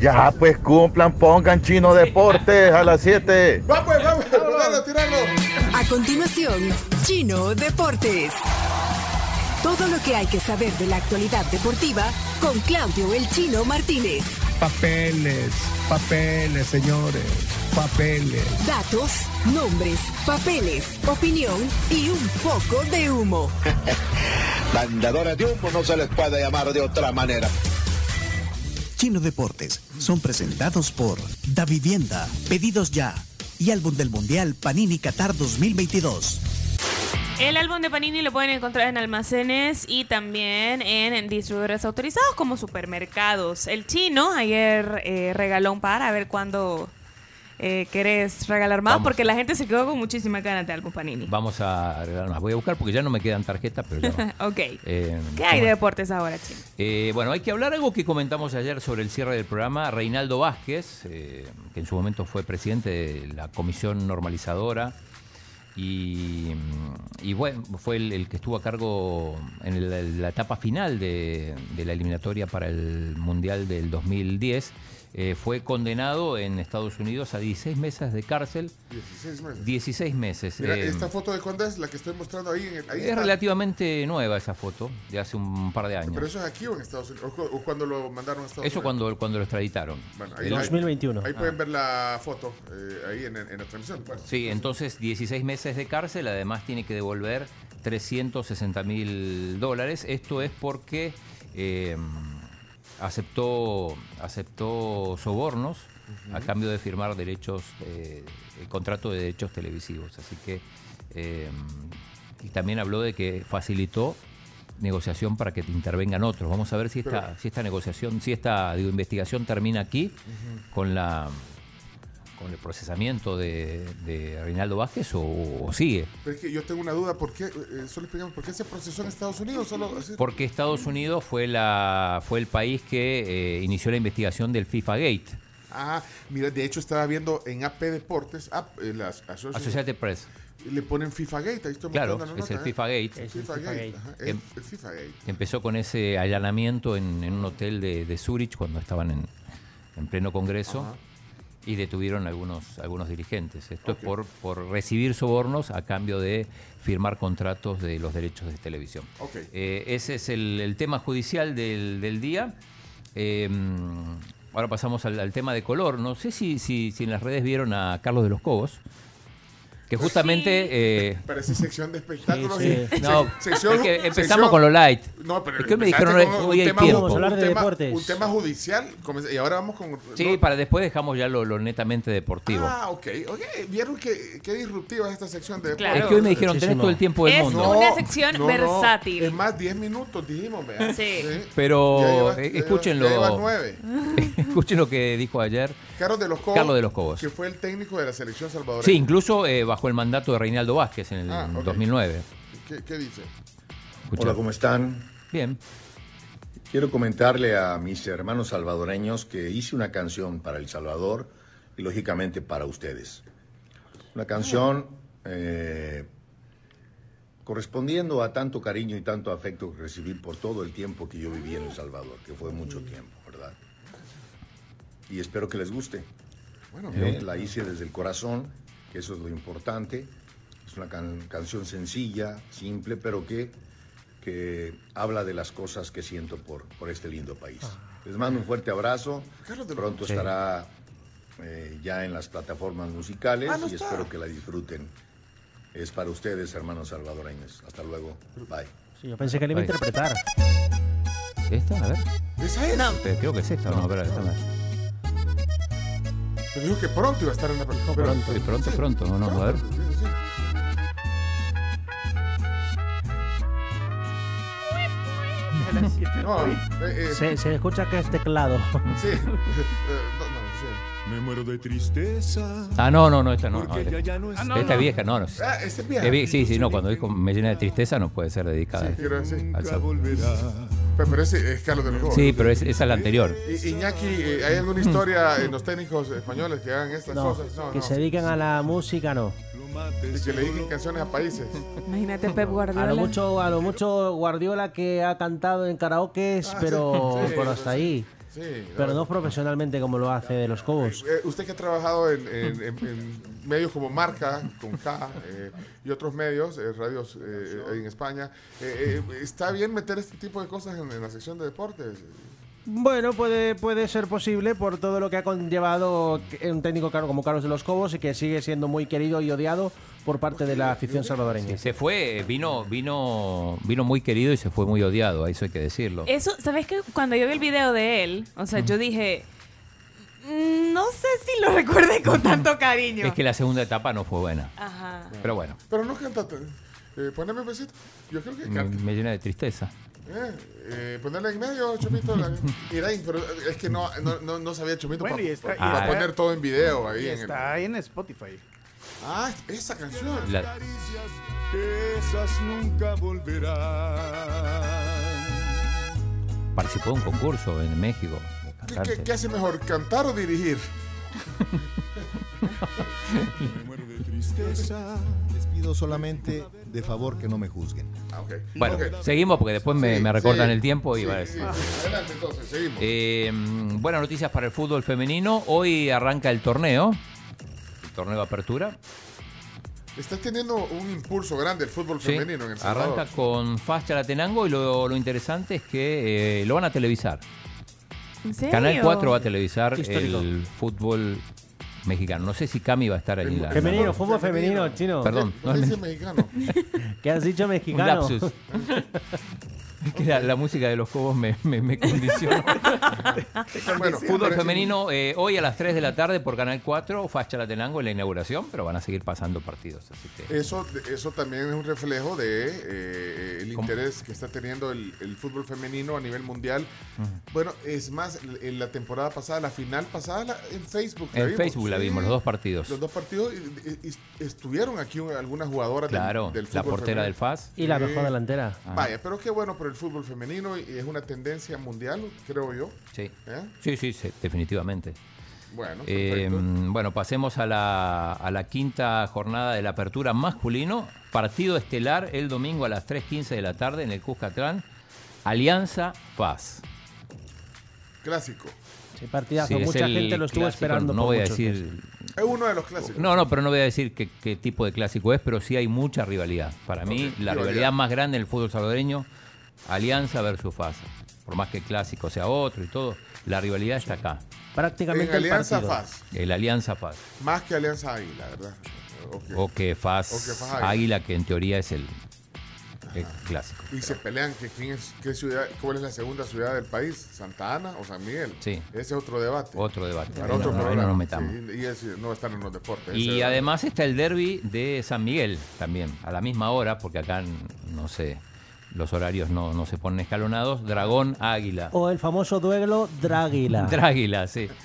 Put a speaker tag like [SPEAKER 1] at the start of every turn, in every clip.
[SPEAKER 1] Ya, pues cumplan, pongan chino deportes a las 7.
[SPEAKER 2] Va pues, vamos, tiralo, tiralo.
[SPEAKER 3] A continuación, Chino Deportes. Todo lo que hay que saber de la actualidad deportiva con Claudio El Chino Martínez.
[SPEAKER 4] Papeles, papeles, señores, papeles.
[SPEAKER 3] Datos, nombres, papeles, opinión y un poco de humo.
[SPEAKER 5] Mandadores de humo no se les puede llamar de otra manera.
[SPEAKER 6] Chino Deportes son presentados por Da Vivienda, Pedidos Ya y Álbum del Mundial Panini Qatar 2022.
[SPEAKER 7] El álbum de Panini lo pueden encontrar en almacenes y también en distribuidores autorizados como supermercados. El chino ayer eh, regaló un par, a ver cuándo eh, querés regalar más,
[SPEAKER 8] Vamos.
[SPEAKER 7] porque la gente se quedó con muchísima ganas de álbum Panini.
[SPEAKER 8] Vamos a arreglar más. Voy a buscar porque ya no me quedan tarjetas, pero ya no.
[SPEAKER 7] Ah, Ok.
[SPEAKER 8] Eh,
[SPEAKER 7] ¿Qué hay de deportes ahora, chino?
[SPEAKER 8] Eh, bueno, hay que hablar algo que comentamos ayer sobre el cierre del programa. Reinaldo Vázquez, eh, que en su momento fue presidente de la Comisión Normalizadora y, y bueno, fue el, el que estuvo a cargo en el- la, etapa final de, de la eliminatoria para el Mundial del 2010. eh, fue condenado en Estados Unidos a 16 meses de cárcel.
[SPEAKER 2] 16 meses.
[SPEAKER 8] 16 meses.
[SPEAKER 2] Mira,
[SPEAKER 8] eh,
[SPEAKER 2] esta foto de Conde es la que estoy mostrando ahí. En el- ahí
[SPEAKER 8] es
[SPEAKER 2] está.
[SPEAKER 8] relativamente nueva esa foto, de hace un par de años.
[SPEAKER 2] Pero eso es aquí o en Estados Unidos, o, cu- o cuando lo mandaron a Estados
[SPEAKER 8] Eso
[SPEAKER 2] Unidos.
[SPEAKER 8] cuando, cuando lo extraditaron.
[SPEAKER 2] Bueno,
[SPEAKER 8] El-
[SPEAKER 9] 2021.
[SPEAKER 2] Ahí pueden ver la foto, eh, ahí en, en- en la transmisión. pues.
[SPEAKER 8] Sí, entonces 16 meses de cárcel, además tiene que devolver 360 mil dólares. Esto es porque eh, aceptó, aceptó sobornos a cambio de firmar derechos, eh, el contrato de derechos televisivos. Así que, eh, y también habló de que facilitó negociación para que te intervengan otros. Vamos a ver si esta, si esta negociación, si esta digo, investigación termina aquí con la con el procesamiento de, de Reinaldo Vázquez o, o sigue.
[SPEAKER 2] Pero es que yo tengo una duda, ¿por qué? eh, solo explicamos, ¿por qué se procesó en Estados Unidos? Solo así.
[SPEAKER 8] Porque Estados Unidos fue la fue el país que eh, inició la investigación del FIFA Gate,
[SPEAKER 2] Ah, mira, de hecho estaba viendo en AP Deportes, AP, eh, las asociaciones,
[SPEAKER 8] Associated Press.
[SPEAKER 2] le ponen FIFA Gate, ahí estoy
[SPEAKER 8] Claro,
[SPEAKER 2] mostrando la
[SPEAKER 8] es el
[SPEAKER 2] nota, ¿eh?
[SPEAKER 8] FIFA Gate.
[SPEAKER 9] Es el
[SPEAKER 2] FIFA
[SPEAKER 9] FIFA
[SPEAKER 2] Gate,
[SPEAKER 9] Gate.
[SPEAKER 2] ajá,
[SPEAKER 8] Em-
[SPEAKER 2] el FIFA Gate.
[SPEAKER 8] que Empezó con ese allanamiento en, en un hotel de, de Zurich cuando estaban en, en pleno congreso y detuvieron algunos, algunos dirigentes. Esto es por, por recibir sobornos a cambio de firmar contratos de los derechos de televisión.
[SPEAKER 2] Ok.
[SPEAKER 8] Eh, ese es el, el tema judicial del, del día. Eh, ahora pasamos al, al tema de color. No sé si, si, si en las redes vieron a Carlos de los Cobos, que justamente... eh,
[SPEAKER 2] Parece sección de espectáculos.
[SPEAKER 9] Sí,
[SPEAKER 2] y-
[SPEAKER 9] sí.
[SPEAKER 8] no,
[SPEAKER 2] se- sección-
[SPEAKER 8] es que empezamos
[SPEAKER 2] sección-
[SPEAKER 8] con lo light.
[SPEAKER 2] No, pero
[SPEAKER 8] es que hoy me
[SPEAKER 2] empezaste
[SPEAKER 8] dijeron
[SPEAKER 2] con
[SPEAKER 8] hoy
[SPEAKER 2] un
[SPEAKER 8] hay
[SPEAKER 2] tema-
[SPEAKER 8] tiempo.
[SPEAKER 9] Vamos a hablar
[SPEAKER 2] un
[SPEAKER 9] de
[SPEAKER 2] tema-
[SPEAKER 9] deportes.
[SPEAKER 2] Un tema judicial, comenz- y ahora vamos con...
[SPEAKER 8] Sí,
[SPEAKER 2] no-
[SPEAKER 8] para después dejamos ya lo, lo netamente deportivo.
[SPEAKER 2] Ah, ok, ok. ¿Vieron que- qué disruptiva es esta sección de
[SPEAKER 7] Claro.
[SPEAKER 8] es que hoy me dijeron, tenés
[SPEAKER 9] Muchísimo.
[SPEAKER 8] todo el tiempo del
[SPEAKER 7] Es
[SPEAKER 8] mundo.
[SPEAKER 7] una sección versátil.
[SPEAKER 2] Es más, 10 minutos dijimos, vea.
[SPEAKER 7] Sí.
[SPEAKER 8] Pero,
[SPEAKER 2] Ya llevas-
[SPEAKER 8] eh,
[SPEAKER 2] ya llevas-
[SPEAKER 8] escúchenlo.
[SPEAKER 2] ya llevas nueve.
[SPEAKER 8] Escuchen lo que dijo ayer.
[SPEAKER 2] Carlos de los Cobos.
[SPEAKER 8] Carlos de los Cobos.
[SPEAKER 2] Que fue el técnico de la selección salvadoreña.
[SPEAKER 8] Sí, incluso eh, bajo el mandato de Reinaldo Vázquez en el
[SPEAKER 2] Ah, ok.
[SPEAKER 8] 2009.
[SPEAKER 2] ¿Qué, qué dice?
[SPEAKER 8] Escuchá.
[SPEAKER 10] Hola, ¿cómo están?
[SPEAKER 8] Bien.
[SPEAKER 10] Quiero comentarle a mis hermanos salvadoreños que hice una canción para El Salvador y lógicamente para ustedes. Una canción eh, correspondiendo a tanto cariño y tanto afecto que recibí por todo el tiempo que yo viví en El Salvador, que fue mucho tiempo, ¿verdad? Y espero que les guste.
[SPEAKER 2] Bueno,
[SPEAKER 10] Eh, la hice desde el corazón, que eso es lo importante. Es una can- canción sencilla, simple, pero que, que habla de las cosas que siento por, por este lindo país. Les mando un fuerte abrazo.
[SPEAKER 2] Carlos de los-
[SPEAKER 10] Pronto
[SPEAKER 8] Sí.
[SPEAKER 10] estará eh, ya en las plataformas musicales
[SPEAKER 2] Ah, no
[SPEAKER 10] y
[SPEAKER 2] está.
[SPEAKER 10] espero que la disfruten. Es para ustedes, hermanos salvadoreños. Hasta luego. Bye.
[SPEAKER 9] Sí, yo pensé que le iba a
[SPEAKER 8] Ahí.
[SPEAKER 9] interpretar.
[SPEAKER 8] ¿Esta? A ver.
[SPEAKER 2] Esa es.
[SPEAKER 8] Eh, Creo que es esta. No, espera, déjame.
[SPEAKER 2] Pero dijo que pronto iba a estar en la película.
[SPEAKER 8] Pronto, pronto, pronto. No, no, a ver.
[SPEAKER 2] No, eh, eh, sí.
[SPEAKER 9] Se, se escucha que es teclado.
[SPEAKER 2] Eh, no, no, sí.
[SPEAKER 11] Me muero de tristeza.
[SPEAKER 8] Ah, no, no, no, esta no. no,
[SPEAKER 11] porque ella
[SPEAKER 8] esta
[SPEAKER 11] ya no está.
[SPEAKER 8] esta es vieja, no, no. es-
[SPEAKER 2] Ah, ese es
[SPEAKER 8] es
[SPEAKER 2] bien.
[SPEAKER 8] vie- sí, sí, no. Cuando dijo me llena de tristeza, no puede ser dedicada.
[SPEAKER 2] Sí, quiero decir.
[SPEAKER 8] al
[SPEAKER 11] Nunca
[SPEAKER 8] sal-
[SPEAKER 11] volverá.
[SPEAKER 2] Pero, pero ese es Carlos de los Cobos.
[SPEAKER 8] Sí, pero es- esa es la anterior.
[SPEAKER 2] I- Iñaki, eh, ¿hay alguna historia en los técnicos españoles que hagan estas
[SPEAKER 9] No,
[SPEAKER 2] cosas? No,
[SPEAKER 9] que
[SPEAKER 2] no.
[SPEAKER 9] se dediquen a la música, no.
[SPEAKER 11] Lo mates
[SPEAKER 2] Y que le
[SPEAKER 11] solo
[SPEAKER 2] digan canciones a países.
[SPEAKER 7] Imagínate Pep
[SPEAKER 9] A
[SPEAKER 7] Guardiola.
[SPEAKER 9] lo mucho, a lo mucho Guardiola que ha cantado en karaoke, pero, pero hasta ahí.
[SPEAKER 2] Sí,
[SPEAKER 9] pero no profesionalmente como lo hace de los Cobos.
[SPEAKER 2] Eh, usted que ha trabajado en, en- en- en medios como Marca, con K, eh, y otros medios, eh, radios eh, en España, eh, eh, ¿está bien meter este tipo de cosas en, en la sección de deportes?
[SPEAKER 9] Bueno, puede, puede ser posible por todo lo que ha conllevado que- un técnico caro como Carlos de los Cobos y que sigue siendo muy querido y odiado por parte de la afición salvadoreña.
[SPEAKER 8] Se fue, vino, vino, vino muy querido y se fue muy odiado, eso hay que decirlo.
[SPEAKER 7] Eso, ¿sabes qué? Cuando yo vi el video de él, o sea, yo dije, "Mm, no sé si lo recuerde con tanto cariño.
[SPEAKER 8] Es que la segunda etapa no fue buena.
[SPEAKER 7] Ajá.
[SPEAKER 8] Pero bueno,
[SPEAKER 2] Pero no canta. t- Eh, poneme un besito. Yo creo que
[SPEAKER 8] me,
[SPEAKER 2] canta.
[SPEAKER 8] me llena de tristeza.
[SPEAKER 2] Eh, eh, ponerle en medio, Chomito. la- Mirain, pero es que no, no, no, no sabía Chomito
[SPEAKER 12] Bueno, y
[SPEAKER 2] para
[SPEAKER 12] está- y está-
[SPEAKER 2] poner todo en video ahí.
[SPEAKER 12] Y
[SPEAKER 2] en el-
[SPEAKER 12] está ahí en Spotify.
[SPEAKER 2] Ah, esa canción.
[SPEAKER 8] La-
[SPEAKER 11] Esas nunca volverán.
[SPEAKER 8] Participó de un concurso en México.
[SPEAKER 2] ¿Qué, qué- qué hace mejor, cantar o dirigir?
[SPEAKER 11] Me muero de tristeza.
[SPEAKER 13] Les pido solamente de favor que no me juzguen.
[SPEAKER 2] Ah,
[SPEAKER 8] Bueno, seguimos porque después me, me recortan el tiempo y va a
[SPEAKER 2] Sí,
[SPEAKER 8] decir.
[SPEAKER 2] sí. Adelante, entonces, seguimos.
[SPEAKER 8] Eh, mm, buenas noticias para el fútbol femenino. Hoy arranca el torneo. El torneo de apertura.
[SPEAKER 2] Está teniendo un impulso grande el fútbol
[SPEAKER 8] Sí.
[SPEAKER 2] femenino en el Salvador.
[SPEAKER 8] Arranca con Fast Chalatenango y lo, lo interesante es que eh, lo van a televisar.
[SPEAKER 7] ¿En serio?
[SPEAKER 8] Canal 4 va a televisar
[SPEAKER 9] Qué histórico.
[SPEAKER 8] el fútbol mexicano. No sé si Cami va a estar ahí. la-
[SPEAKER 9] Femenino, fútbol femenino, chino.
[SPEAKER 8] Perdón, no es
[SPEAKER 2] Dice mexicano.
[SPEAKER 9] ¿Qué has dicho
[SPEAKER 8] Un
[SPEAKER 9] mexicano?
[SPEAKER 8] lapsus. Es que la, la música de los cobos me, me, me condicionó.
[SPEAKER 2] bueno,
[SPEAKER 8] Fútbol
[SPEAKER 2] pero-
[SPEAKER 8] femenino eh, hoy a las 3 de la tarde por Canal 4, Faz Chalatenango en la inauguración, pero van a seguir pasando partidos. Así que
[SPEAKER 2] Eso, eso también es un reflejo de eh, el interés que está teniendo el, el fútbol femenino a nivel mundial. Bueno, es más, en la temporada pasada, la final pasada, la- en Facebook. la
[SPEAKER 8] en
[SPEAKER 2] vimos.
[SPEAKER 8] Facebook la
[SPEAKER 2] Sí.
[SPEAKER 8] vimos, los dos partidos.
[SPEAKER 2] Los dos partidos y- y- y estuvieron aquí un- algunas jugadoras del-
[SPEAKER 8] Claro,
[SPEAKER 2] del,
[SPEAKER 8] la
[SPEAKER 2] fútbol
[SPEAKER 8] portera
[SPEAKER 2] femenino.
[SPEAKER 8] del Faz.
[SPEAKER 9] Y la
[SPEAKER 2] Sí.
[SPEAKER 9] mejor delantera.
[SPEAKER 2] Vaya, pero qué bueno por el fútbol femenino y es una tendencia mundial, creo yo.
[SPEAKER 8] Sí.
[SPEAKER 2] ¿Eh?
[SPEAKER 8] Sí, sí, sí, definitivamente.
[SPEAKER 2] Bueno,
[SPEAKER 8] Eh,
[SPEAKER 2] perfecto.
[SPEAKER 8] bueno, pasemos a la, a la quinta jornada de la apertura masculino. Partido estelar el domingo a las 3.15 de la tarde en el Cuscatlán. Alianza Paz.
[SPEAKER 2] clásico.
[SPEAKER 9] Sí, partidazo.
[SPEAKER 8] Sí, es
[SPEAKER 9] Mucha
[SPEAKER 8] el
[SPEAKER 9] gente lo estuvo
[SPEAKER 8] clásico,
[SPEAKER 9] esperando.
[SPEAKER 8] No
[SPEAKER 9] por
[SPEAKER 8] voy a
[SPEAKER 9] muchos
[SPEAKER 8] decir.
[SPEAKER 9] meses.
[SPEAKER 2] Es uno de los clásicos.
[SPEAKER 8] No, no, pero no voy a decir qué, qué tipo de clásico es, pero sí hay mucha rivalidad. Para mí,
[SPEAKER 2] Ok,
[SPEAKER 8] la
[SPEAKER 2] rivalidad.
[SPEAKER 8] rivalidad. más grande del fútbol salvadoreño, Alianza versus Faz. Por más que el clásico sea otro y todo, la rivalidad está acá.
[SPEAKER 9] Prácticamente
[SPEAKER 2] En
[SPEAKER 9] el
[SPEAKER 2] Alianza
[SPEAKER 9] partido.
[SPEAKER 2] Faz,
[SPEAKER 8] El Alianza Faz.
[SPEAKER 2] más que Alianza Águila, ¿verdad? Ok.
[SPEAKER 8] O que Faz,
[SPEAKER 2] O que Faz Águila.
[SPEAKER 8] Águila. que en teoría es el, el clásico.
[SPEAKER 2] Y se pelean que quién es, qué ciudad, cuál es la segunda ciudad del país, Santa Ana o San Miguel.
[SPEAKER 8] Sí.
[SPEAKER 2] Ese es otro debate.
[SPEAKER 8] Otro debate.
[SPEAKER 2] Para
[SPEAKER 8] Ahí no-
[SPEAKER 2] otro
[SPEAKER 8] ahí no
[SPEAKER 2] programa.
[SPEAKER 8] nos metamos.
[SPEAKER 2] Sí, y ese no va a estar en los deportes.
[SPEAKER 8] Y
[SPEAKER 2] ese
[SPEAKER 8] además está el derby de San Miguel también, a la misma hora, porque acá, n- no sé, los horarios no, no se ponen escalonados. Dragón Águila.
[SPEAKER 9] O el famoso duelo Dráguila.
[SPEAKER 8] Dráguila, sí.
[SPEAKER 2] debate.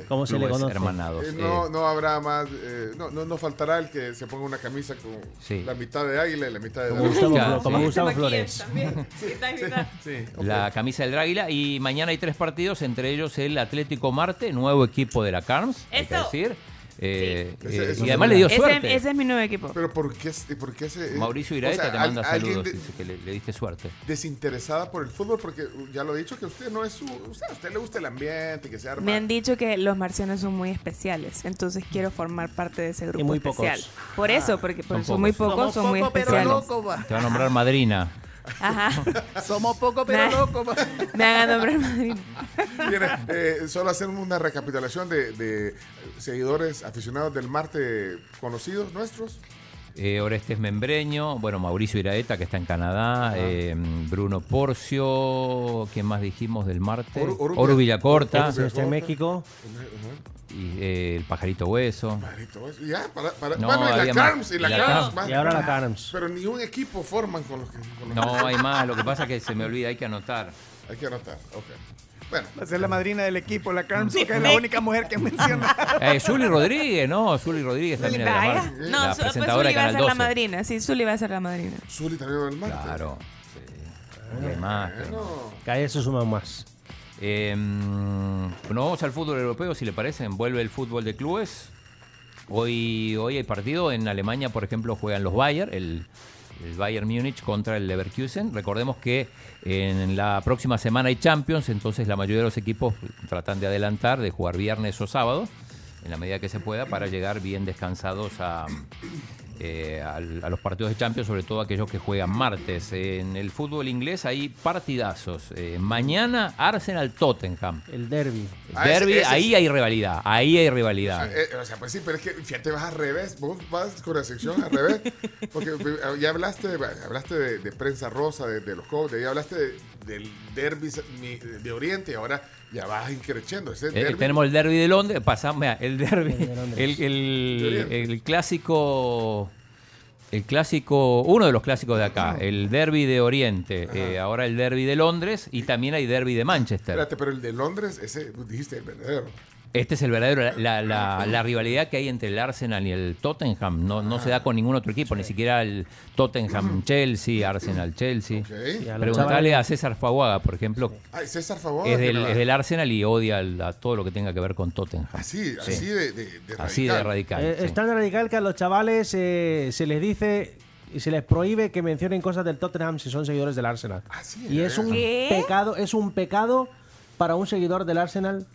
[SPEAKER 2] Ok.
[SPEAKER 9] ¿Cómo se le
[SPEAKER 8] Clubes
[SPEAKER 9] conoce?
[SPEAKER 8] Hermanados.
[SPEAKER 2] Eh,
[SPEAKER 8] eh,
[SPEAKER 2] no, no habrá más, eh, no, no, no faltará el que se ponga una camisa con
[SPEAKER 8] Sí.
[SPEAKER 2] la mitad de águila y la mitad de
[SPEAKER 9] Como
[SPEAKER 2] dragón.
[SPEAKER 9] Gustavo,
[SPEAKER 8] Claro,
[SPEAKER 9] Flo- como
[SPEAKER 8] sí.
[SPEAKER 9] Gustavo Flores.
[SPEAKER 2] Sí, ok.
[SPEAKER 8] La camisa del Dráguila. Y mañana hay tres partidos, entre ellos el Atlético Marte, nuevo equipo de la CARMS, hay que
[SPEAKER 7] Eso.
[SPEAKER 8] decir. Eh,
[SPEAKER 2] Ese-
[SPEAKER 8] eh,
[SPEAKER 2] eso
[SPEAKER 8] y
[SPEAKER 2] es
[SPEAKER 8] además le dio
[SPEAKER 7] Ese-
[SPEAKER 8] suerte.
[SPEAKER 7] ese es mi nuevo equipo.
[SPEAKER 2] Pero ¿por qué, se- por qué se, eh,
[SPEAKER 8] Mauricio
[SPEAKER 2] o
[SPEAKER 8] Iraeta
[SPEAKER 2] sea,
[SPEAKER 8] te
[SPEAKER 2] al-
[SPEAKER 8] manda
[SPEAKER 2] alguien
[SPEAKER 8] saludos,
[SPEAKER 2] de-
[SPEAKER 8] dice que le, le diste suerte.
[SPEAKER 2] desinteresada por el fútbol? Porque uh, ya lo he dicho que usted no es su, o sea, a usted le gusta el ambiente, que se arma.
[SPEAKER 7] Me han dicho que los marcianos son muy especiales, entonces quiero formar parte de ese grupo
[SPEAKER 9] muy pocos.
[SPEAKER 7] especial. Por eso, porque por-
[SPEAKER 8] Ah, Son
[SPEAKER 7] son, muy
[SPEAKER 8] pocos.
[SPEAKER 7] pocos, son muy
[SPEAKER 12] poco, pero
[SPEAKER 7] especiales.
[SPEAKER 12] loco, va.
[SPEAKER 8] Te va a nombrar madrina.
[SPEAKER 7] Ajá.
[SPEAKER 12] Somos poco, pero
[SPEAKER 7] Nah.
[SPEAKER 12] loco, va.
[SPEAKER 7] Me hagan nombrar madrina.
[SPEAKER 2] Mire, eh, solo hacer una recapitulación de, de seguidores aficionados del Marte conocidos nuestros.
[SPEAKER 8] Eh, Orestes Membreño, bueno, Mauricio Iraeta, que está en
[SPEAKER 2] Ah.
[SPEAKER 8] Canadá, eh, Bruno Porcio, ¿quién más dijimos del martes?
[SPEAKER 2] Oru- Oru-
[SPEAKER 8] Oro Villacorta,
[SPEAKER 9] Sí, está en México.
[SPEAKER 8] y, eh, el Pajarito Hueso.
[SPEAKER 2] Marito, eso, ya, para, para-
[SPEAKER 8] No,
[SPEAKER 2] bueno, y la
[SPEAKER 8] había más.
[SPEAKER 2] Carms, y la,
[SPEAKER 8] Y la
[SPEAKER 2] Carms,
[SPEAKER 8] Carms.
[SPEAKER 2] más-
[SPEAKER 9] Y ahora la Carms.
[SPEAKER 2] Pero ni un equipo forman con los que. con los
[SPEAKER 8] No, eh. hay más, lo que pasa es que se me olvida, hay que anotar.
[SPEAKER 2] que- hay que anotar, ok. Bueno,
[SPEAKER 12] Va a ser la madrina del equipo, la Carms, que es la única mujer que menciona.
[SPEAKER 8] Eh, Zuli Rodríguez, no, Zuli Rodríguez también es de la
[SPEAKER 7] Vaya.
[SPEAKER 8] marca.
[SPEAKER 7] No,
[SPEAKER 8] la
[SPEAKER 7] Su- pues
[SPEAKER 8] presentadora
[SPEAKER 7] Zully
[SPEAKER 8] de
[SPEAKER 7] va a
[SPEAKER 8] Canal Ah.
[SPEAKER 7] ser la
[SPEAKER 8] 12.
[SPEAKER 7] madrina. Sí, Zully va a ser la madrina.
[SPEAKER 2] Zuli también del Marte.
[SPEAKER 8] Claro, sí.
[SPEAKER 2] Ah.
[SPEAKER 8] Y hay más, pero no.
[SPEAKER 2] Bueno,
[SPEAKER 9] Cada vez se suman más.
[SPEAKER 8] Eh, bueno, vamos al fútbol europeo, si le parece. Vuelve el fútbol de clubes. Hoy, hoy hay partido. En Alemania, por ejemplo, juegan los Bayern. El, el Bayern Múnich contra el Leverkusen. Recordemos que en la próxima semana hay Champions, entonces la mayoría de los equipos tratan de adelantar, de jugar viernes o sábado, en la medida que se pueda, para llegar bien descansados a, eh, al- a los partidos de Champions, sobre todo aquellos que juegan martes. En el fútbol inglés hay partidazos. Eh, mañana Arsenal-Tottenham.
[SPEAKER 9] El derby.
[SPEAKER 2] Ah, ese-
[SPEAKER 8] derby,
[SPEAKER 2] ese es-
[SPEAKER 8] ahí hay rivalidad, ahí hay rivalidad.
[SPEAKER 2] Eh, eh, o sea, pues sí, pero es que fíjate, vas al revés. Vos vas con la sección al revés. Porque eh, ya hablaste, hablaste de, de prensa rosa, de, de los coaches, ya hablaste de- del derby de Oriente y ahora ya vas increciendo. Ese
[SPEAKER 8] Eh,
[SPEAKER 2] derbi-
[SPEAKER 8] tenemos el derby de Londres, pasamos mira, el derby,
[SPEAKER 2] El de Londres.
[SPEAKER 8] el, el- el clásico, el clásico, uno de los clásicos de acá, el derby de Oriente, eh, ahora el derby de Londres y también hay derby de Manchester.
[SPEAKER 2] Espérate, pero el de Londres, ese pues, dijiste el verdadero.
[SPEAKER 8] Este es el verdadero, la, la- la- la rivalidad que hay entre el Arsenal y el Tottenham, no, no
[SPEAKER 2] Ah.
[SPEAKER 8] se da con ningún otro equipo, ni siquiera el Tottenham-Chelsea, Arsenal-Chelsea.
[SPEAKER 2] Y a los
[SPEAKER 8] Preguntale
[SPEAKER 2] chavales-
[SPEAKER 8] a César Faguaga, por ejemplo,
[SPEAKER 2] Ay, César Favor.
[SPEAKER 8] es del, es del Arsenal y odia al- a todo lo que tenga que ver con Tottenham.
[SPEAKER 2] ah, Así,
[SPEAKER 8] Sí.
[SPEAKER 2] así de, de- de
[SPEAKER 8] Así de radical.
[SPEAKER 9] Eh,
[SPEAKER 8] sí.
[SPEAKER 9] Es tan radical que a los chavales eh, se les dice y se les prohíbe que mencionen cosas del Tottenham si son seguidores del Arsenal.
[SPEAKER 2] Ah,
[SPEAKER 9] y es un
[SPEAKER 7] ¿Qué?
[SPEAKER 9] pecado, es un pecado para un seguidor del Arsenal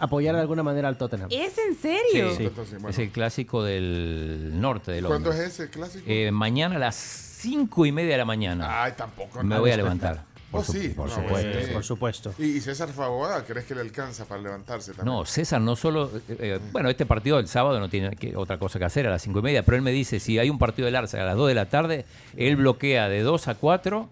[SPEAKER 9] apoyar de alguna manera al Tottenham.
[SPEAKER 7] ¿Es en
[SPEAKER 8] Sí,
[SPEAKER 7] serio?
[SPEAKER 8] sí. Es el clásico del norte de Londres.
[SPEAKER 2] ¿Cuándo es ese clásico?
[SPEAKER 8] Eh, mañana a las cinco y media de la mañana.
[SPEAKER 2] Ay, tampoco.
[SPEAKER 8] Me
[SPEAKER 2] no.
[SPEAKER 8] voy a levantar.
[SPEAKER 2] Oh,
[SPEAKER 8] Por su-
[SPEAKER 2] sí.
[SPEAKER 8] por
[SPEAKER 2] no,
[SPEAKER 8] supuesto.
[SPEAKER 2] sí.
[SPEAKER 9] por supuesto.
[SPEAKER 2] ¿Y, y César Favor, crees que le alcanza para levantarse también?
[SPEAKER 8] No, César no solo. eh, eh, bueno, este partido el sábado no tiene que- otra cosa que hacer a las cinco y media, pero él me dice: si hay un partido del Arsenal a las 2 de la tarde, él bloquea de 2 a 4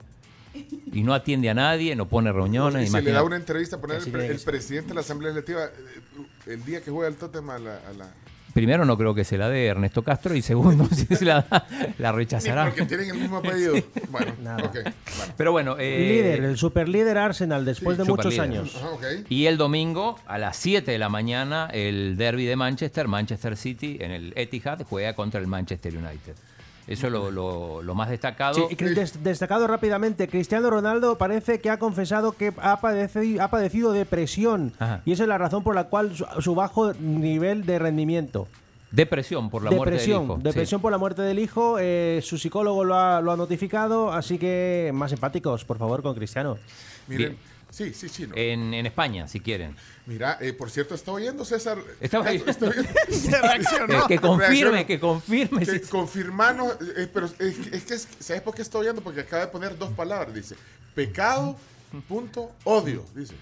[SPEAKER 8] y no atiende a nadie, no pone reuniones.
[SPEAKER 2] Y se le
[SPEAKER 8] imagínate.
[SPEAKER 2] da una entrevista, poner el,
[SPEAKER 8] Así
[SPEAKER 2] pre-
[SPEAKER 8] tiene
[SPEAKER 2] el presidente de la Asamblea Legislativa eh, el día que juega el Tottenham a la... a la-
[SPEAKER 8] Primero, no creo que se la dé Ernesto Castro y segundo, si se la da, la rechazará.
[SPEAKER 2] Ni porque tienen el mismo apellido.
[SPEAKER 8] Sí.
[SPEAKER 2] Bueno, ok.
[SPEAKER 8] Pero bueno. eh,
[SPEAKER 9] líder, el superlíder Arsenal después
[SPEAKER 8] Sí,
[SPEAKER 9] de muchos
[SPEAKER 8] superlíder.
[SPEAKER 9] años.
[SPEAKER 2] Ah, ok.
[SPEAKER 8] Y el domingo a las 7 de la mañana el derby de Manchester, Manchester City en el Etihad juega contra el Manchester United. Eso es lo, lo- lo más destacado.
[SPEAKER 9] Sí, y cri- des- destacado rápidamente, Cristiano Ronaldo parece que ha confesado que ha padecido, ha padecido depresión
[SPEAKER 8] Ajá.
[SPEAKER 9] y esa es la razón por la cual su, su bajo nivel de rendimiento.
[SPEAKER 8] Depresión por la
[SPEAKER 9] depresión,
[SPEAKER 8] muerte del hijo.
[SPEAKER 9] depresión por la muerte del hijo, eh, su psicólogo lo ha, lo ha notificado, así que más empáticos, por favor, con Cristiano.
[SPEAKER 8] Sí.
[SPEAKER 2] Miren,
[SPEAKER 8] Bien. Eh.
[SPEAKER 2] sí, sí, sí. no.
[SPEAKER 8] En, en España, si quieren.
[SPEAKER 2] Mira, eh, por cierto, está oyendo César.
[SPEAKER 8] Está oyendo.
[SPEAKER 2] Está
[SPEAKER 8] Se reaccionó. Eh, Que- que confirme, que confirme.
[SPEAKER 2] Que confirmanos, eh, pero es, es que, es- ¿sabes por qué está oyendo? Porque acaba de poner dos palabras. Dice, pecado, punto, odio. Dice,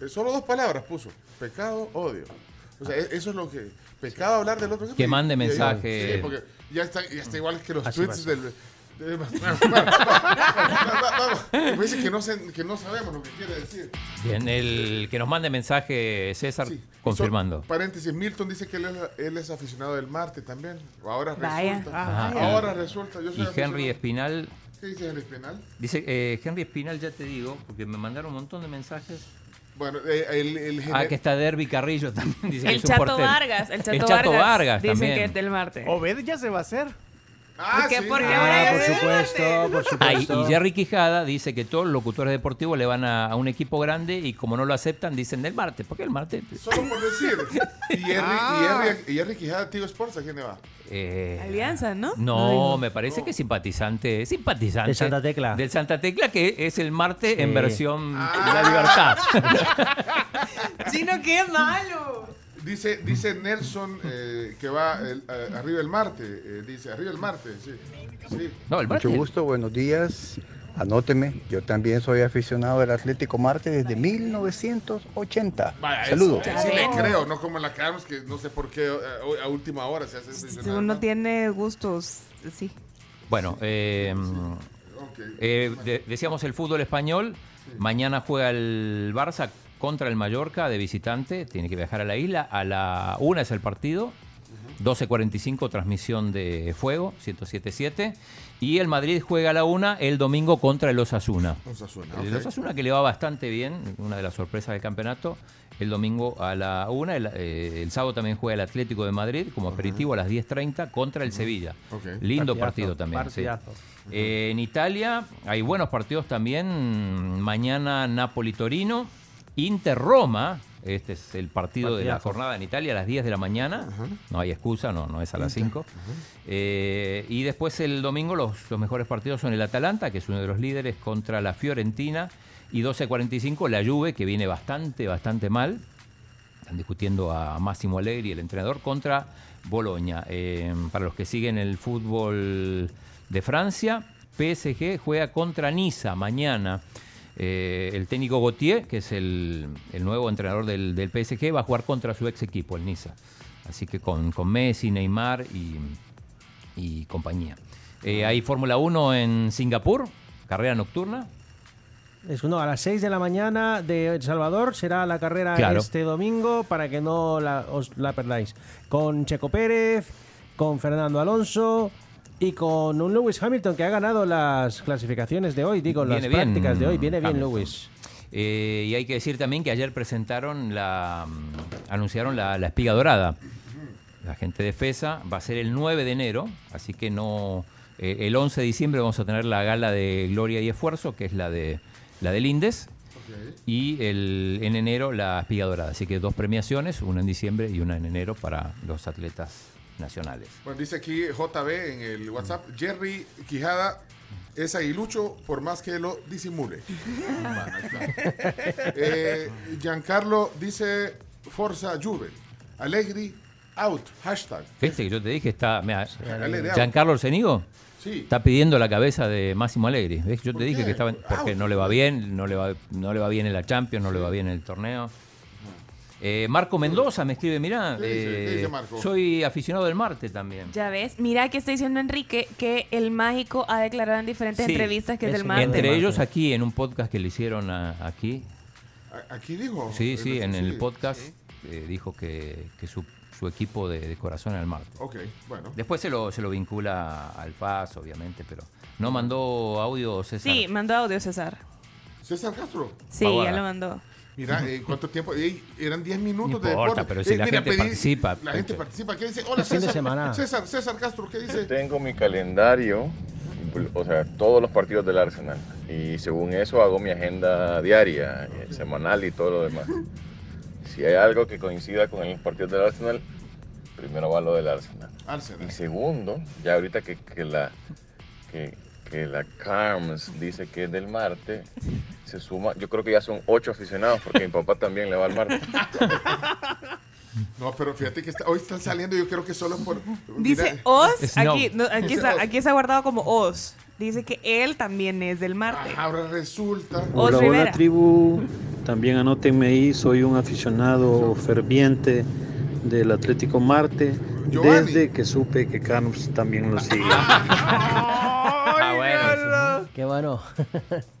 [SPEAKER 2] Eh, solo dos palabras puso. Pecado, odio. O sea, e- eso es lo que... Pecado hablar del otro.
[SPEAKER 8] Que mande
[SPEAKER 2] Y- y-
[SPEAKER 8] mensaje.
[SPEAKER 2] Sí, porque ya está, ya está igual que los
[SPEAKER 8] Así
[SPEAKER 2] tweets
[SPEAKER 8] pasa.
[SPEAKER 2] del... de- bueno, bueno, vamos, vamos. Me dice que no, se- que no sabemos lo que quiere decir.
[SPEAKER 8] Bien, el que nos mande mensaje César confirmando.
[SPEAKER 2] Son- paréntesis, Milton dice que él es, él es aficionado del Marte también. Ahora
[SPEAKER 7] Vaya.
[SPEAKER 2] resulta.
[SPEAKER 8] Ah,
[SPEAKER 2] Ah,
[SPEAKER 8] vaya.
[SPEAKER 2] Ahora resulta. Yo soy
[SPEAKER 8] Y Henry
[SPEAKER 2] aficionado-
[SPEAKER 8] Espinal
[SPEAKER 2] ¿Qué dice Henry Espinal?
[SPEAKER 8] dice, eh, Henry Espinal ya te digo, porque me mandaron un montón de mensajes.
[SPEAKER 2] Bueno, eh, el, el
[SPEAKER 8] Ah,
[SPEAKER 2] gener-
[SPEAKER 8] que está Derby Carrillo también. Dice que
[SPEAKER 7] El
[SPEAKER 8] es un
[SPEAKER 7] Chato
[SPEAKER 8] portero.
[SPEAKER 7] Vargas. El Chato, Vargas. Dicen
[SPEAKER 8] también.
[SPEAKER 7] que es del Marte.
[SPEAKER 12] Obed ya se va a hacer.
[SPEAKER 7] ¿Por qué? ¿Por qué?
[SPEAKER 12] Ah,
[SPEAKER 7] ahora
[SPEAKER 12] por
[SPEAKER 7] es del
[SPEAKER 12] supuesto,
[SPEAKER 14] Oh,
[SPEAKER 7] Marte?
[SPEAKER 12] por
[SPEAKER 8] Ah, y- y Jerry Quijada dice que todos los locutores deportivos le van a, a un equipo grande y como no lo aceptan dicen del martes. ¿Por qué el pues, martes?
[SPEAKER 2] Solo por decir. Y Jerry,
[SPEAKER 7] Ah.
[SPEAKER 2] y Jerry, y Jerry Quijada, Tigo Sports, ¿a quién le va?
[SPEAKER 8] Eh,
[SPEAKER 7] Alianza, ¿no?
[SPEAKER 8] no, me parece que es simpatizante. Simpatizante.
[SPEAKER 9] De Santa Tecla.
[SPEAKER 8] Del Santa Tecla que es el martes en
[SPEAKER 9] Sí.
[SPEAKER 8] versión
[SPEAKER 15] Ah.
[SPEAKER 8] La Libertad.
[SPEAKER 7] Chino, qué malo.
[SPEAKER 2] Dice, dice Nelson eh, que va el- a- arriba el Marte. eh, dice, arriba el Marte, sí. Sí.
[SPEAKER 15] Mucho gusto, buenos días. Anóteme, yo también soy aficionado del Atlético Marte desde 1980.
[SPEAKER 2] Vaya,
[SPEAKER 15] Saludos.
[SPEAKER 2] eso- Sí, le creo, no como la Carms, que no sé por qué eh, hoy- a última hora se hace
[SPEAKER 7] Si
[SPEAKER 8] Este,
[SPEAKER 2] aficionado.
[SPEAKER 7] uno tiene gustos, sí.
[SPEAKER 8] Bueno, eh, eh, de- decíamos el fútbol español. Mañana juega el Barça contra el Mallorca de visitante. Tiene que viajar a la isla. A la una es el partido. 12.45, transmisión de Fuego, 107.7. Y el Madrid juega a la una el domingo contra el Osasuna.
[SPEAKER 2] Osasuna,
[SPEAKER 8] El
[SPEAKER 2] ok.
[SPEAKER 8] Osasuna que le va bastante bien, una de las sorpresas del campeonato. El domingo a la una. El, eh, el sábado también juega el Atlético de Madrid como aperitivo a las 10.30 contra el Sevilla.
[SPEAKER 2] Ok.
[SPEAKER 8] Lindo
[SPEAKER 9] Partidazo,
[SPEAKER 8] partido también. sí.
[SPEAKER 9] partidazo.
[SPEAKER 8] Eh, en Italia hay buenos partidos también. Mañana Napoli-Torino, Inter-Roma, Este es el partido de la
[SPEAKER 16] Partidazo.
[SPEAKER 8] jornada en Italia a las 10 de la mañana. No hay excusa, no, no es a las 5. Eh, y después el domingo los, los mejores partidos son el Atalanta, que es uno de los líderes, contra la Fiorentina. Y 12.45 la Juve, que viene bastante, bastante mal. Están discutiendo a Massimo Allegri, el entrenador, contra Boloña. Eh, para los que siguen el fútbol de Francia, PSG juega contra Niza mañana. Eh, el técnico Gautier, que es el, el nuevo entrenador del, del PSG, va a jugar contra su ex equipo, el Niza. Así que con, con Messi, Neymar y, y compañía. Eh, hay Fórmula 1 en Singapur, carrera nocturna.
[SPEAKER 9] Es uno a las 6 de la mañana de El Salvador será la carrera
[SPEAKER 8] Claro.
[SPEAKER 9] este domingo para que no la, os la perdáis. Con Checo Pérez, con Fernando Alonso y con un Lewis Hamilton que ha ganado las clasificaciones de hoy, digo, las
[SPEAKER 8] Viene bien,
[SPEAKER 9] prácticas de hoy. Viene bien
[SPEAKER 8] Hamilton.
[SPEAKER 9] Lewis.
[SPEAKER 8] Eh, y hay que decir también que ayer presentaron la. mm, anunciaron la, la espiga dorada. La gente de FESA va a ser el 9 de enero, así que no. eh, el 11 de diciembre vamos a tener la gala de Gloria y Esfuerzo, que es la de la del Indes. Y el, en enero la espiga dorada. Así que dos premiaciones, una en diciembre y una en enero para los atletas nacionales.
[SPEAKER 2] Bueno, dice aquí JB en el WhatsApp, Jerry Quijada es aguilucho por más que lo disimule. Bueno, ahí está. Eh, Giancarlo dice Forza Juve, Allegri out, hashtag.
[SPEAKER 8] Viste que yo te dije, está. mira,
[SPEAKER 2] Dale, dale.
[SPEAKER 8] Giancarlo Orsenigo
[SPEAKER 2] Sí.
[SPEAKER 8] está pidiendo la cabeza de Máximo Alegri. ¿Ves? Yo te dije
[SPEAKER 2] qué?
[SPEAKER 8] que estaba. en- porque no le va bien, no le va, no le va bien en la Champions, no le va bien en el torneo. Eh, Marco Mendoza me escribe, mirá,
[SPEAKER 7] ¿Qué dice? ¿Qué
[SPEAKER 8] eh,
[SPEAKER 7] dice Marco?
[SPEAKER 8] soy aficionado del Marte también.
[SPEAKER 7] Ya ves, mira que está diciendo Enrique que el mágico ha declarado en diferentes
[SPEAKER 8] Sí.
[SPEAKER 7] entrevistas que es del Marte.
[SPEAKER 8] Entre ellos aquí, en un podcast que le hicieron a- aquí.
[SPEAKER 2] A- Aquí dijo.
[SPEAKER 8] Sí, sí, en el
[SPEAKER 2] Sí.
[SPEAKER 8] podcast eh, dijo que, que su, su equipo de, de corazón al Marte.
[SPEAKER 2] Ok, bueno.
[SPEAKER 8] Después se lo, se lo vincula al FAS, obviamente, pero no mandó audio César.
[SPEAKER 7] Sí, mandó audio César.
[SPEAKER 2] César Castro.
[SPEAKER 7] Sí,
[SPEAKER 8] Pavada.
[SPEAKER 7] ya lo mandó.
[SPEAKER 2] Mira, eh, ¿cuánto tiempo? Ey, eran 10 minutos
[SPEAKER 8] No
[SPEAKER 2] de
[SPEAKER 8] importa,
[SPEAKER 2] deporte.
[SPEAKER 8] pero si
[SPEAKER 2] Eh,
[SPEAKER 8] la gente participa, pues.
[SPEAKER 2] La gente
[SPEAKER 8] Pepe.
[SPEAKER 2] participa. ¿Qué dice? Hola,
[SPEAKER 9] Es fin de
[SPEAKER 2] César.
[SPEAKER 9] semana.
[SPEAKER 2] César, César Castro, ¿qué dice?
[SPEAKER 17] Tengo mi calendario, o sea, todos los partidos del Arsenal. Y según eso hago mi agenda diaria, eh, semanal y todo lo demás. Si hay algo que coincida con los partidos del Arsenal, primero va lo del Arsenal.
[SPEAKER 2] Arsenal.
[SPEAKER 17] Y segundo, ya ahorita que, que la que, que la Carms dice que es del Marte, se suma, yo creo que ya son ocho aficionados porque mi papá también le va al Marte.
[SPEAKER 2] No, pero fíjate que está- hoy están saliendo, yo creo que solo por.
[SPEAKER 7] Dice
[SPEAKER 2] mira.
[SPEAKER 7] Oz,
[SPEAKER 2] Snow.
[SPEAKER 7] aquí, no, aquí,
[SPEAKER 2] Dice
[SPEAKER 7] está,
[SPEAKER 2] Oz.
[SPEAKER 7] aquí está guardado como Oz. Dice que él también es del Marte.
[SPEAKER 2] Ahora resulta.
[SPEAKER 7] Oz
[SPEAKER 18] Hola,
[SPEAKER 7] Rivera.
[SPEAKER 18] hola tribu. También anótenme ahí, soy un aficionado ferviente del Atlético Marte desde que supe que Carlos también lo sigue.
[SPEAKER 8] Ah,
[SPEAKER 9] Qué bueno.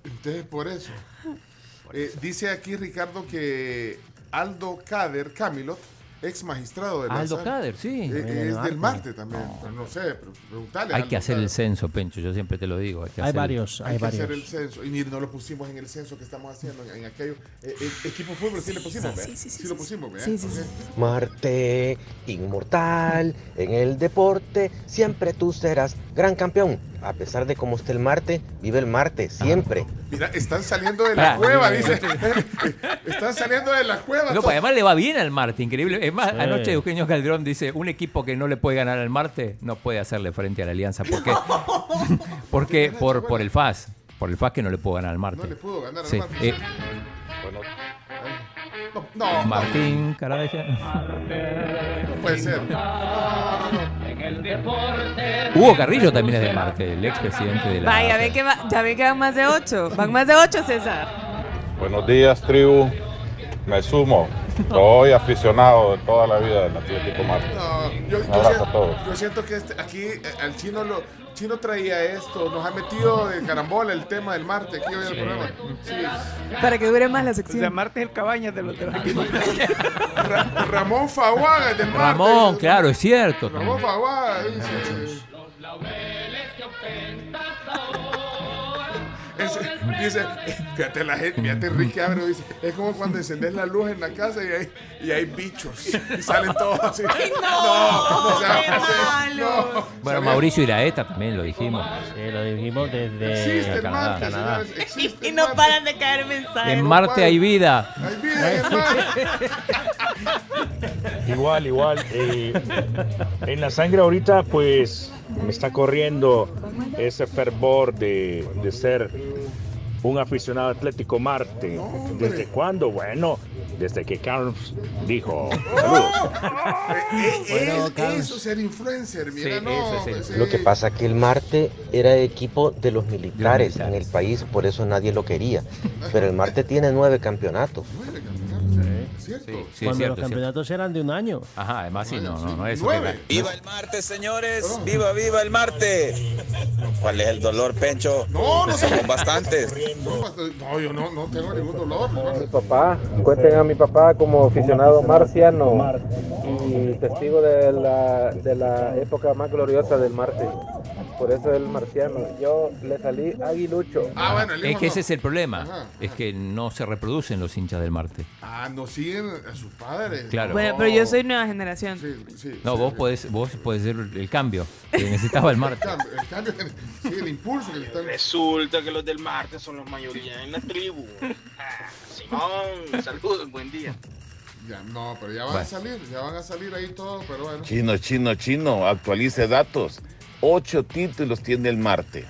[SPEAKER 2] Entonces, por eso. Eh, dice aquí Ricardo que Aldo Cader Camilot, ex magistrado de la
[SPEAKER 8] Aldo
[SPEAKER 2] sala,
[SPEAKER 8] Cader, sí.
[SPEAKER 2] eh,
[SPEAKER 8] También en el
[SPEAKER 2] es del
[SPEAKER 8] Marte.
[SPEAKER 2] Marte también. Pero No, sé, pero preguntale. a
[SPEAKER 8] Hay
[SPEAKER 2] Aldo
[SPEAKER 8] que hacer
[SPEAKER 2] Cader.
[SPEAKER 8] el censo, Pencho, yo siempre te lo digo. Hay, que
[SPEAKER 9] Hay
[SPEAKER 8] hacer-
[SPEAKER 9] varios,
[SPEAKER 2] Hay, que hacer el censo. Y ni- no lo pusimos en el censo que estamos haciendo. En aquello. Eh, eh, equipo fútbol sí, le pusimos, ¿verdad? Sí, lo pusimos, ¿verdad? Ok.
[SPEAKER 19] Marte, inmortal, en el deporte, siempre tú serás gran campeón. A pesar de cómo esté el Marte, vive el Marte, siempre.
[SPEAKER 2] Mira, están saliendo de la
[SPEAKER 19] Ah,
[SPEAKER 2] cueva,
[SPEAKER 19] mira.
[SPEAKER 2] dice. están saliendo de la cueva.
[SPEAKER 8] No,
[SPEAKER 2] todos.
[SPEAKER 8] pues además le va bien al Marte, increíble. Es más,
[SPEAKER 2] Sí.
[SPEAKER 8] anoche Eugenio Calderón dice, un equipo que no le puede ganar al Marte no puede hacerle frente a la Alianza. ¿Por qué? Porque por, por el FAS. Por el FAS que no le puedo ganar al Marte.
[SPEAKER 2] No le pudo ganar al
[SPEAKER 8] Sí.
[SPEAKER 2] Marte.
[SPEAKER 8] Eh,
[SPEAKER 2] No, no,
[SPEAKER 8] Martín Carabella.
[SPEAKER 2] no puede ser.
[SPEAKER 8] Hugo Carrillo también es de Marte, el expresidente de la...
[SPEAKER 7] Vaya, ve que va- ya ve que van más de ocho. Van más de ocho, César.
[SPEAKER 20] Buenos días, tribu. Me sumo. Soy aficionado de toda la vida del Atlético Marte.
[SPEAKER 2] No, yo,
[SPEAKER 20] Un
[SPEAKER 2] yo
[SPEAKER 20] abrazo
[SPEAKER 2] siento-
[SPEAKER 20] a todos.
[SPEAKER 2] yo siento que este- aquí eh, al chino lo chino traía esto, nos ha metido de carambola el tema del Marte aquí hoy en el programa.
[SPEAKER 7] Para que dure
[SPEAKER 8] Pues
[SPEAKER 7] más la sección.
[SPEAKER 12] Marte es el cabañas de los de los equipos.
[SPEAKER 2] Ra- Ramón Faguaga es del Marte.
[SPEAKER 8] Ramón, claro, es cierto.
[SPEAKER 2] Ramón Faguaga dice. Ese- dice, fíjate la gente, fíjate Ricky Abreu, dice, es como cuando encendés la luz en la casa y hay, y hay bichos y salen todos así.
[SPEAKER 21] Ay, no,
[SPEAKER 2] se
[SPEAKER 21] qué
[SPEAKER 2] hace,
[SPEAKER 21] malo.
[SPEAKER 2] no.
[SPEAKER 8] Bueno, Mauricio Iraeta también lo dijimos.
[SPEAKER 6] Sí, lo dijimos
[SPEAKER 9] eh,
[SPEAKER 6] desde
[SPEAKER 2] Existe el
[SPEAKER 8] Canadá.
[SPEAKER 2] Marte,
[SPEAKER 8] Canadá.
[SPEAKER 2] señores, existe
[SPEAKER 21] Y
[SPEAKER 2] el
[SPEAKER 21] no
[SPEAKER 2] Marte.
[SPEAKER 21] paran de caer mensajes.
[SPEAKER 8] En Marte hay vida.
[SPEAKER 2] Hay vida en el Marte.
[SPEAKER 22] Igual, igual. eh, en la sangre ahorita pues me está corriendo ese fervor de, de ser un aficionado atlético Marte. ¿Desde cuándo? Bueno, desde que Carlos dijo. Saludos.
[SPEAKER 2] Eh,
[SPEAKER 22] Bueno,
[SPEAKER 2] es-
[SPEAKER 22] Carlos.
[SPEAKER 2] eso, ser influencer, mira, no. pues,
[SPEAKER 23] Lo que
[SPEAKER 2] eh,
[SPEAKER 23] pasa que el Marte era equipo de los militares en el país, por eso nadie lo quería. Pero el Marte tiene nueve campeonatos.
[SPEAKER 8] Sí, sí, es
[SPEAKER 6] Cuando
[SPEAKER 8] cierto.
[SPEAKER 6] los
[SPEAKER 8] es cierto.
[SPEAKER 6] campeonatos eran de un año.
[SPEAKER 8] Ajá, además sí, no, no, no es.
[SPEAKER 6] Nueve.
[SPEAKER 24] Viva el martes, señores. Viva, viva el martes. ¿Cuál es el dolor, Pencho?
[SPEAKER 2] No, no
[SPEAKER 24] somos bastantes.
[SPEAKER 2] No, yo no, no tengo ningún dolor.
[SPEAKER 9] papá, cuenten a mi papá como aficionado marciano y testigo de la, de la época más gloriosa del Marte. Por eso el marciano. Yo le salí aguilucho.
[SPEAKER 2] Ah, bueno, el
[SPEAKER 8] Es
[SPEAKER 2] hijo
[SPEAKER 8] que
[SPEAKER 2] no.
[SPEAKER 8] ese es el problema.
[SPEAKER 2] Ajá.
[SPEAKER 8] Es que no se reproducen los hinchas del Marte.
[SPEAKER 2] Ah, no siguen a sus padres.
[SPEAKER 8] Claro.
[SPEAKER 7] Bueno, pero yo soy nueva generación.
[SPEAKER 8] No, vos podés, vos podés ser el cambio que necesitaba el Marte.
[SPEAKER 2] El cambio, el cambio, sí, el impulso que le están.
[SPEAKER 25] Resulta que los del Marte son los mayoría en la tribu. Ah, Simón, saludos, buen día.
[SPEAKER 2] Ya, no, pero ya van a
[SPEAKER 25] Bueno.
[SPEAKER 2] salir, ya van a salir ahí todos, pero bueno.
[SPEAKER 17] Chino, chino, chino, actualice datos. Ocho títulos tiene el Marte.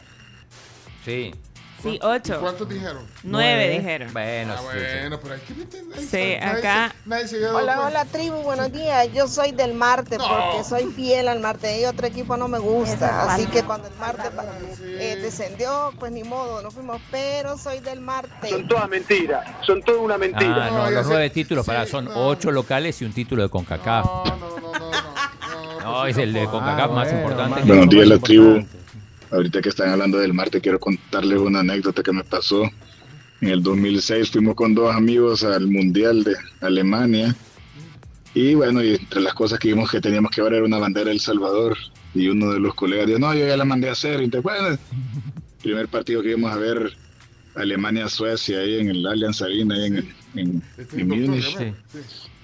[SPEAKER 8] Sí.
[SPEAKER 7] Sí, ocho.
[SPEAKER 2] ¿Cuántos dijeron?
[SPEAKER 7] Nueve dijeron.
[SPEAKER 8] Bueno,
[SPEAKER 2] Ah,
[SPEAKER 8] sí,
[SPEAKER 2] bueno, pero hay que meter. hay
[SPEAKER 7] Sí,
[SPEAKER 2] que- nadie
[SPEAKER 7] acá-
[SPEAKER 2] se- nadie se había dado
[SPEAKER 26] Hola,
[SPEAKER 2] cuenta.
[SPEAKER 26] hola tribu, buenos días. Yo soy del Marte porque soy fiel al Marte y otro equipo no me gusta. Así que cuando el Marte pa- eh, descendió, pues ni modo, no fuimos, pero soy del Marte.
[SPEAKER 27] Son todas mentiras, son todas una mentira.
[SPEAKER 8] Ah, no, los nueve títulos, para son ocho locales y un título de CONCACAF. No, no, no, no. Ah, No, es el de
[SPEAKER 2] Ah,
[SPEAKER 8] CONCACAF más importante.
[SPEAKER 10] Buenos días, la tribu. Ahorita que están hablando del Marte, quiero contarles una anécdota que me pasó. En el 2006 fuimos con dos amigos al Mundial de Alemania. Y bueno, y entre las cosas que vimos que teníamos que ver era una bandera de El Salvador. Y uno de los colegas dijo, no, yo ya la mandé a hacer. Y te bueno, primer partido que íbamos a ver, Alemania-Suecia, ahí en el Allianz Arena, ahí en, en,
[SPEAKER 2] Este
[SPEAKER 10] en Múnich.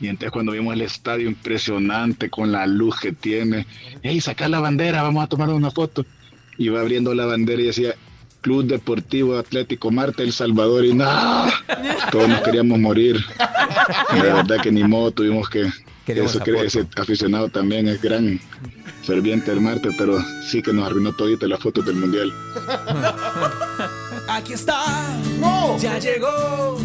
[SPEAKER 10] Y entonces cuando vimos el estadio impresionante con la luz que tiene, hey, saca la bandera, vamos a tomar una foto. Y va abriendo la bandera y decía, Club Deportivo Atlético Marte El Salvador y nada, todos nos queríamos morir. Y la verdad que ni modo tuvimos que...
[SPEAKER 8] Queremos
[SPEAKER 10] eso que ese aficionado también es gran ferviente del Marte, pero sí que nos arruinó todita las fotos del Mundial.
[SPEAKER 21] Aquí está. Ya llegó.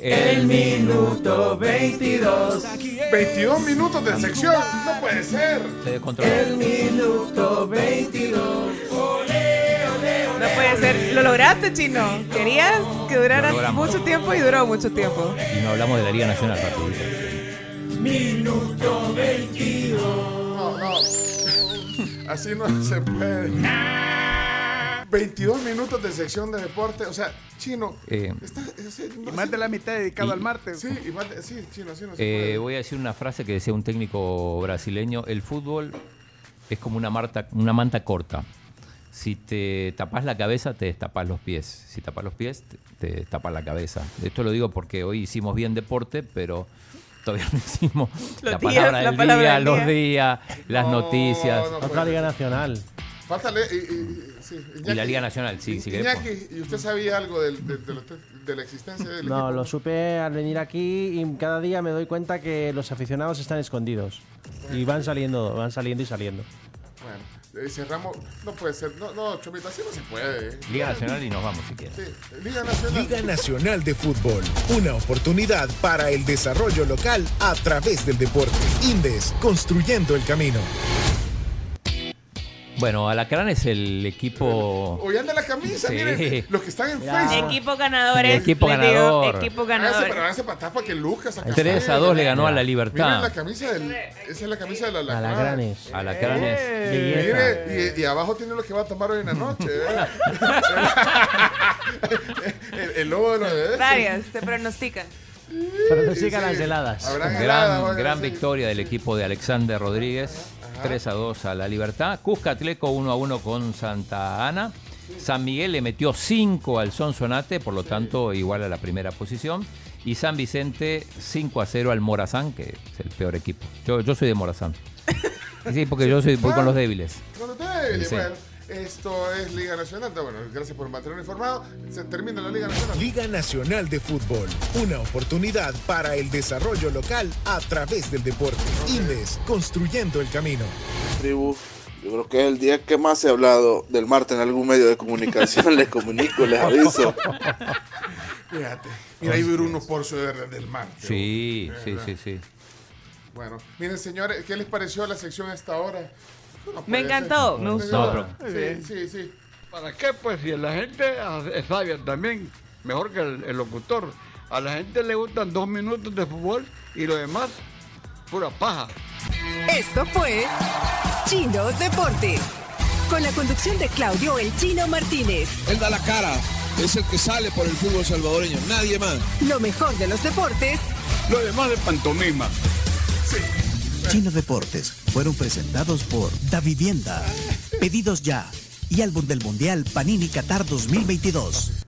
[SPEAKER 21] El minuto 22.
[SPEAKER 2] 22 minutos de sección, no puede ser.
[SPEAKER 8] Se descontroló.
[SPEAKER 21] Minuto 22.
[SPEAKER 7] No puede ser. Lo lograste, chino. Querías que durara
[SPEAKER 8] Lo logramos.
[SPEAKER 7] mucho tiempo y duró mucho tiempo.
[SPEAKER 8] Y no hablamos de la Liga Nacional, rapidito.
[SPEAKER 2] Minuto 22. No, no. Así no se puede. 22 minutos de sección de deporte. O sea, chino.
[SPEAKER 8] Eh,
[SPEAKER 2] Está, es- es- no,
[SPEAKER 28] Y más de la mitad dedicado
[SPEAKER 8] Y-
[SPEAKER 28] al Marte.
[SPEAKER 2] Sí, y más de- sí, chino, así no se
[SPEAKER 8] Eh,
[SPEAKER 2] puede.
[SPEAKER 8] voy a decir una frase que decía un técnico brasileño. El fútbol es como una, marta- una manta corta. Si te tapas la cabeza, te destapas los pies. Si tapas los pies, te, te tapas la cabeza. Esto lo digo porque hoy hicimos bien deporte, pero todavía no hicimos
[SPEAKER 7] Los
[SPEAKER 8] la
[SPEAKER 7] días,
[SPEAKER 8] palabra
[SPEAKER 7] la
[SPEAKER 8] del
[SPEAKER 7] palabra
[SPEAKER 8] día,
[SPEAKER 7] del
[SPEAKER 8] los
[SPEAKER 7] día.
[SPEAKER 8] días, las noticias.
[SPEAKER 6] Otra Liga Nacional.
[SPEAKER 2] Pásale. Y, y- y- sí,
[SPEAKER 8] Y la
[SPEAKER 2] Iñaki.
[SPEAKER 8] Liga Nacional, sí, sí que pues.
[SPEAKER 2] Iñaki, ¿y usted sabía algo del- del- de, los- de la existencia del
[SPEAKER 6] No,
[SPEAKER 2] equipo?
[SPEAKER 6] lo supe al venir aquí y cada día me doy cuenta que los aficionados están escondidos. Y van saliendo, van saliendo y saliendo.
[SPEAKER 2] Bueno, eh, cerramos. No puede ser. No, no, Chomita, así no se puede. eh.
[SPEAKER 8] Liga Nacional y nos vamos si quieres.
[SPEAKER 2] Sí, Liga Nacional.
[SPEAKER 3] Liga Nacional de Fútbol, una oportunidad para el desarrollo local a través del deporte. Indes, construyendo el camino.
[SPEAKER 8] Bueno, Alacrán es el equipo.
[SPEAKER 2] Hoy anda la camisa,
[SPEAKER 8] Sí.
[SPEAKER 2] miren. Los que están en Facebook.
[SPEAKER 7] Equipo ganadores.
[SPEAKER 8] Equipo
[SPEAKER 7] les digo,
[SPEAKER 8] ganador.
[SPEAKER 7] equipo
[SPEAKER 2] Háganse, pero
[SPEAKER 7] ganador.
[SPEAKER 2] háganse para atrás para que Lucas saca
[SPEAKER 8] 3 a
[SPEAKER 2] sangre.
[SPEAKER 8] 2 le ganó a la
[SPEAKER 2] Miren
[SPEAKER 8] Libertad.
[SPEAKER 2] la camisa del. Esa es la camisa de la
[SPEAKER 8] Alacranes. Alacranes.
[SPEAKER 2] Mire, y, y abajo tiene lo que va a tomar hoy en la noche. ¿eh? el, el lobo de los bebés.
[SPEAKER 7] Varias, se pronostican.
[SPEAKER 6] Pronostican las heladas.
[SPEAKER 2] Habrán heladas,
[SPEAKER 8] Gran,
[SPEAKER 2] oigan,
[SPEAKER 8] gran
[SPEAKER 2] sí.
[SPEAKER 8] victoria del equipo de Alexander Rodríguez. 3 a 2 a la Libertad. Cuscatleco 1 a 1 con Santa Ana. San Miguel le metió 5 al Sonsonate, por lo tanto igual a la primera posición. Y San Vicente 5 a 0 al Morazán, que es el peor equipo. Yo, yo soy de Morazán. Sí, porque yo soy, voy con los débiles.
[SPEAKER 2] Con los débiles,
[SPEAKER 8] Sí.
[SPEAKER 2] bueno. Esto es Liga Nacional. Bueno, gracias por mantenerme informado. Se termina la Liga Nacional.
[SPEAKER 14] Liga Nacional de Fútbol, una oportunidad para el desarrollo local a través del deporte. Indes, construyendo el camino.
[SPEAKER 10] Tribu, yo creo que es el día que más he hablado del Marte en algún medio de comunicación. les comunico, les aviso.
[SPEAKER 2] Fíjate. Mira, ahí Bruno Porcio de- del mar.
[SPEAKER 8] Sí, sí,
[SPEAKER 2] ¿verdad?
[SPEAKER 8] sí, sí.
[SPEAKER 2] Bueno, miren, señores, ¿qué les pareció la sección hasta ahora? No
[SPEAKER 7] Me
[SPEAKER 2] puede
[SPEAKER 7] encantó,
[SPEAKER 2] ser.
[SPEAKER 7] me gustó.
[SPEAKER 2] Sí,
[SPEAKER 7] No, pero-
[SPEAKER 2] Sí, sí, sí.
[SPEAKER 9] ¿Para qué? Pues si la gente hace- es sabia también, mejor que el, el locutor. A la gente le gustan dos minutos de fútbol y lo demás, pura paja.
[SPEAKER 3] Esto fue Chino Deportes. Con la conducción de Claudio El Chino Martínez.
[SPEAKER 29] Él da la cara, es el que sale por el fútbol salvadoreño, nadie más.
[SPEAKER 3] Lo mejor de los deportes.
[SPEAKER 29] Lo demás de pantomima.
[SPEAKER 6] Chino Deportes fueron presentados por Da Vivienda, Pedidos Ya y Álbum del Mundial Panini Qatar 2022.